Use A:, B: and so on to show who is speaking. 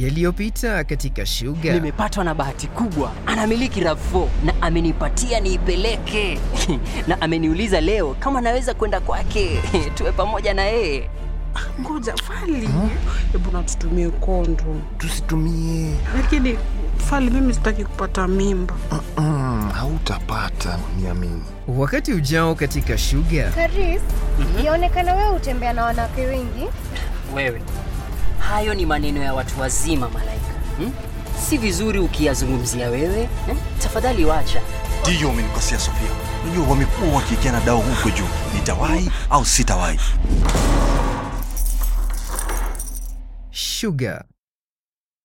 A: yaliyopita katika shuga.
B: Nimepatwa na bahati kubwa, anamiliki RAV4 na amenipatia niipeleke na ameniuliza leo kama naweza kwenda kwake tuwe pamoja na yeye.
C: Ngoja Fali, hebu na tutumie kondo.
D: tusitumie
C: Lakini Fali, mimi sitaki kupata mimba.
D: mm, hautapata niamini
A: Wakati ujao katika shuga,
E: Karis, yaonekana wewe hutembea na wanawake wengi.
B: Wewe, hayo ni maneno ya watu wazima Malaika, hmm? Si vizuri ukiyazungumzia wewe hmm? Tafadhali wacha.
F: Ndiyo, umenikosea Sofia. Unajua wamekuwa wakiikiana dao huko juu, nitawahi au sitawahi.
A: shuga